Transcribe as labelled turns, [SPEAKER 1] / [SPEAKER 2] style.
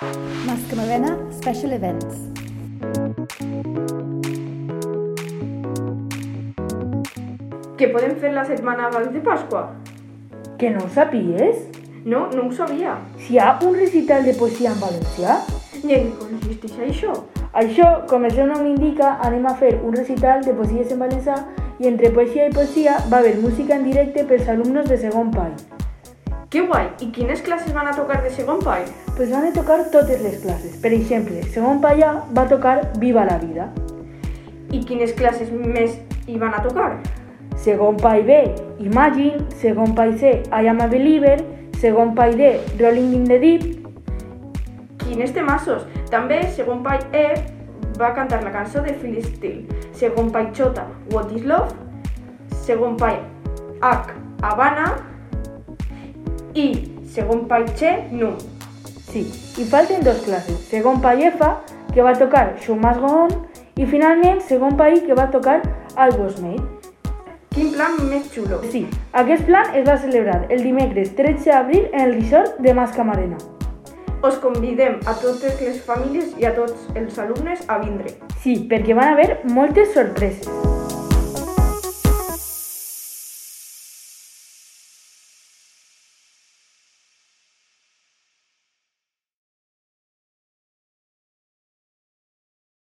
[SPEAKER 1] Mascamarena Special Events.
[SPEAKER 2] Què podem fer la setmana abans de Pasqua?
[SPEAKER 3] Que no ho sapies?
[SPEAKER 2] No, no ho sabia.
[SPEAKER 3] Si hi ha un recital de poesia en valencià?
[SPEAKER 2] I en què consisteix això?
[SPEAKER 3] Això, com el seu nom indica, anem a fer un recital de poesies en valencià i entre poesia i poesia va haver música en directe pels alumnes de segon pai.
[SPEAKER 2] Que guai! I quines classes van a tocar de segon pai?
[SPEAKER 3] Pues van a tocar totes les classes. Per exemple, segon pai A va tocar Viva la vida.
[SPEAKER 2] I quines classes més hi van a tocar?
[SPEAKER 3] Segon pai B, Imagine. Segon pai C, I am a believer. Segon pai D, Rolling in the deep.
[SPEAKER 2] Quines temassos! També, segon pai E va cantar la cançó de Phil Steele. Segon pai J, What is Love? Segon pai H, Havana. I segon pai Che, No.
[SPEAKER 3] Sí, i falten dos classes. Segon pai F, que va tocar Show Must Go On. I finalment, segon pai que va tocar I Was Made.
[SPEAKER 2] Quin plan més xulo!
[SPEAKER 3] Sí, aquest plan es va celebrar el dimecres 13 d'abril en el resort de Mascamarena.
[SPEAKER 2] Us convidem a totes les famílies i a tots els alumnes a vindre.
[SPEAKER 3] Sí, perquè van haver moltes sorpreses.